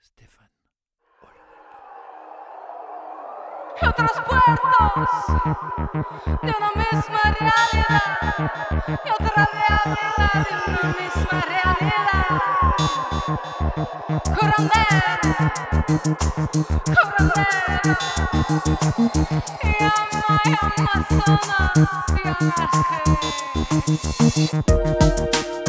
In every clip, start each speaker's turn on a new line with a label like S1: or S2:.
S1: Stéphane. Oh
S2: y otros puertos de una misma realidad y otra realidad de una misma realidad coronel coronel y ama y amazonas viaje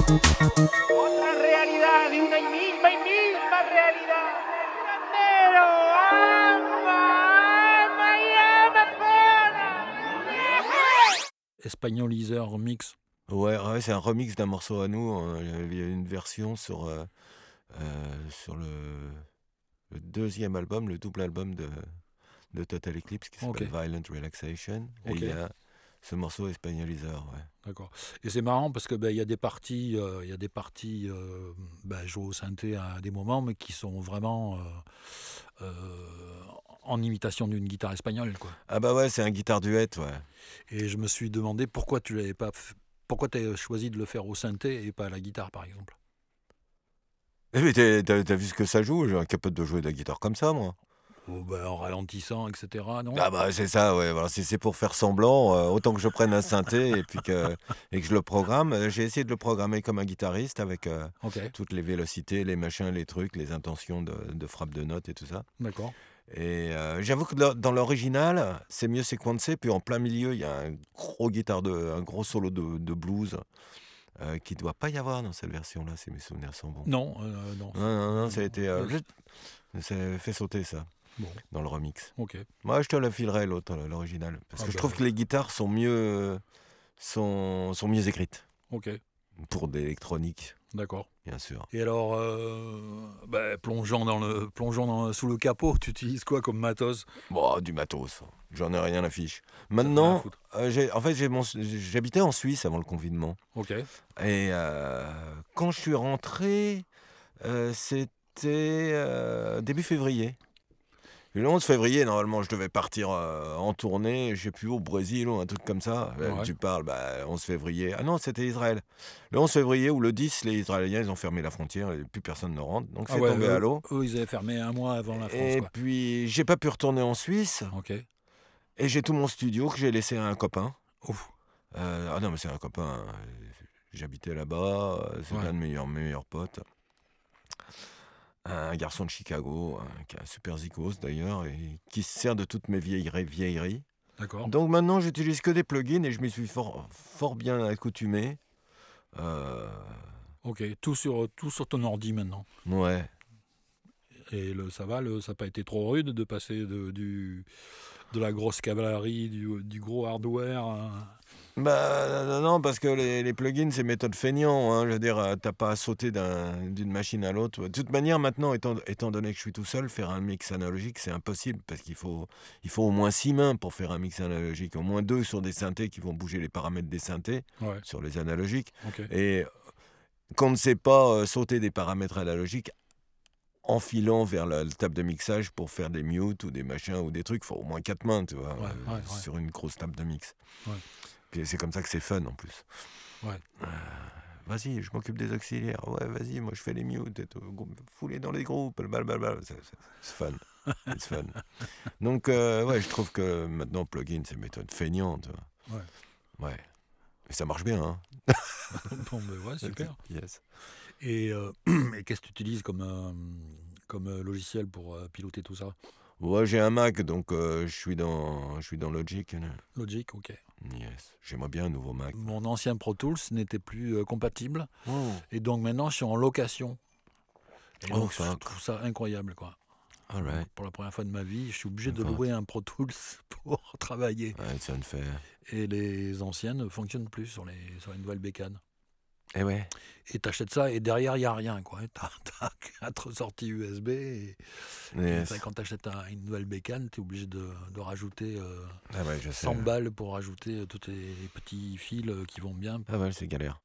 S3: Otra realidad de una y misma y misma realidad. Pero ama, ama y amazona.
S1: Espagnolizer remix.
S4: Ouais, ah ouais, c'est un remix d'un morceau à nous. On- Il y a une version sur, euh, euh, sur le, le deuxième album, le double album de, de Total Eclipse qui s'appelle
S1: Ok.
S4: Violent Relaxation. Et
S1: Ok.
S4: il y a ce morceau Espagnoliseur. Ouais.
S1: D'accord. Et c'est marrant parce que ben, il y a des parties, euh, il y a des parties, euh, ben, jouées au synthé à des moments, mais qui sont vraiment euh, euh, en imitation d'une guitare espagnole, quoi.
S4: Ah bah ouais, c'est un guitare duet, ouais.
S1: Et je me suis demandé pourquoi tu l'avais pas, f- pourquoi tu as choisi de le faire au synthé et pas à la guitare, par exemple.
S4: Eh mais t'as- t'as t'as vu ce que ça joue J'ai un capable de jouer de la guitare comme ça, moi.
S1: Ou ben, en ralentissant, etc. Non.
S4: Ah bah c'est ça, ouais. Voilà, si c'est pour faire semblant, euh, autant que je prenne un synthé et puis que, et que je le programme. Euh, J'ai essayé de le programmer comme un guitariste avec euh,
S1: Ok.
S4: toutes les vélocités, les machins, les trucs, les intentions de, de frappe de notes et tout ça.
S1: D'accord.
S4: Et euh, j'avoue que dans- dans l'original, c'est mieux séquencé. Puis en plein milieu, il y a un gros guitare de, un gros solo de, de blues euh, qui doit pas y avoir dans cette version-là, si mes souvenirs sont bons.
S1: Non, euh, non.
S4: Non, non, non, ça a été. euh,
S1: Ouais.
S4: ça a fait sauter ça
S1: Bon.
S4: dans le remix.
S1: Ok.
S4: Moi, je te la filerai, l'autre, l'original. Parce
S1: Ah
S4: que je
S1: bah
S4: trouve
S1: ouais.
S4: que les guitares sont mieux, euh, sont, sont mieux écrites.
S1: Ok.
S4: Pour de l'électronique,
S1: D'accord.
S4: bien sûr.
S1: Et alors, euh, ben, plongeant dans le, plongeant dans- sous le capot, tu utilises quoi comme matos
S4: Bon, Bah, du matos. hein. J'en ai rien à fiche.
S1: Rien à
S4: Maintenant,
S1: foutre.
S4: euh, j'ai- en fait, j'ai mon- j'habitais en Suisse avant le confinement.
S1: Ok.
S4: Et euh, quand je suis rentré, euh, c'était euh, début février. Et Le 11 février, normalement, je devais partir euh, en tournée, je sais plus, au Brésil ou un truc comme ça. Euh,
S1: Ouais.
S4: Tu parles, bah, 11 février. Ah non, c'était Israël. Le 11 février ou le 10, les Israéliens, ils ont fermé la frontière et plus personne ne rentre. Donc
S1: Ah
S4: c'est
S1: ouais,
S4: tombé
S1: eux-
S4: à l'eau.
S1: Eux, ils avaient fermé un mois avant la France.
S4: Et
S1: quoi.
S4: puis, j'ai pas pu retourner en Suisse.
S1: Ok.
S4: Et j'ai tout mon studio que j'ai laissé à un copain.
S1: Ouf.
S4: Euh, ah non, mais c'est un copain. euh, J'habitais là-bas. euh, C'est
S1: Ouais.
S4: l'un de mes meilleurs, mes meilleurs potes. Un garçon de Chicago, hein, qui a un super zikos d'ailleurs, et qui se sert de toutes mes vieilleries. vieilleries.
S1: D'accord.
S4: Donc maintenant, j'utilise que des plugins et je m'y suis fort, fort bien accoutumé. Euh,
S1: Ok. Tout sur, tout sur ton ordi maintenant.
S4: ouais.
S1: Et le, ça va, le, ça n'a pas été trop rude de passer de, du, de la grosse cavalerie, du, du gros hardware. à-
S4: Bah non, non, parce que les, les plugins, c'est méthode feignant. hein. Je veux dire, euh, t'as pas à sauter d'un- d'une machine à l'autre. De toute manière, maintenant, étant, étant donné que je suis tout seul, faire un mix analogique, c'est impossible parce qu'il faut, il faut au moins six mains pour faire un mix analogique. Au moins deux sur des synthés qui vont bouger les paramètres des synthés
S1: Ouais.
S4: sur les analogiques.
S1: Ok.
S4: Et qu'on ne sait pas euh, sauter des paramètres analogiques en filant vers la, la table de mixage pour faire des mutes ou des machins ou des trucs, faut au moins quatre mains, tu vois,
S1: Ouais,
S4: euh,
S1: ouais, ouais.
S4: sur une grosse table de mix.
S1: Ouais.
S4: Puis c'est comme ça que c'est fun en plus.
S1: Ouais.
S4: Euh, vas-y, je m'occupe des auxiliaires. Ouais, vas-y, moi je fais les mutes. et tout. Grou- Foulez dans les groupes. blablabla. C'est c'est- c'est fun. It's fun. Donc, euh, ouais, je trouve que maintenant, plugin, c'est une méthode feignante. tu vois. Ouais. Et ça marche bien, hein.
S1: Bon, ben ouais, super.
S4: Yes.
S1: Et, euh, et qu'est-ce que tu utilises comme, euh, comme euh, logiciel pour euh, piloter tout ça
S4: Ouais, j'ai un Mac, donc euh, je suis dans, je suis dans Logic. là.
S1: Logic, ok.
S4: Yes. J'aimerais bien un nouveau Mac.
S1: Mon ancien Pro Tools n'était plus euh, compatible. Et donc maintenant, je suis en location. Et
S4: Oh,
S1: donc, je
S4: fuck.
S1: trouve ça incroyable, quoi.
S4: All right.
S1: Pour la première fois de ma vie, je suis obligé de
S4: D'accord.
S1: louer un Pro Tools pour travailler.
S4: Ouais, it's unfair.
S1: Et les anciennes ne fonctionnent plus sur les, sur les nouvelles bécanes.
S4: Eh ouais.
S1: Et t'achètes ça, et derrière, il n'y a rien, quoi. T'as t'as quatre sorties USB. Et, et
S4: Yes.
S1: ça, quand t'achètes un- une nouvelle bécane, t'es obligé de, de rajouter euh,
S4: Ah ouais, je sais.
S1: 100 balles pour rajouter tous les, les petits fils euh, qui vont bien.
S4: Ah ouais, c'est galère.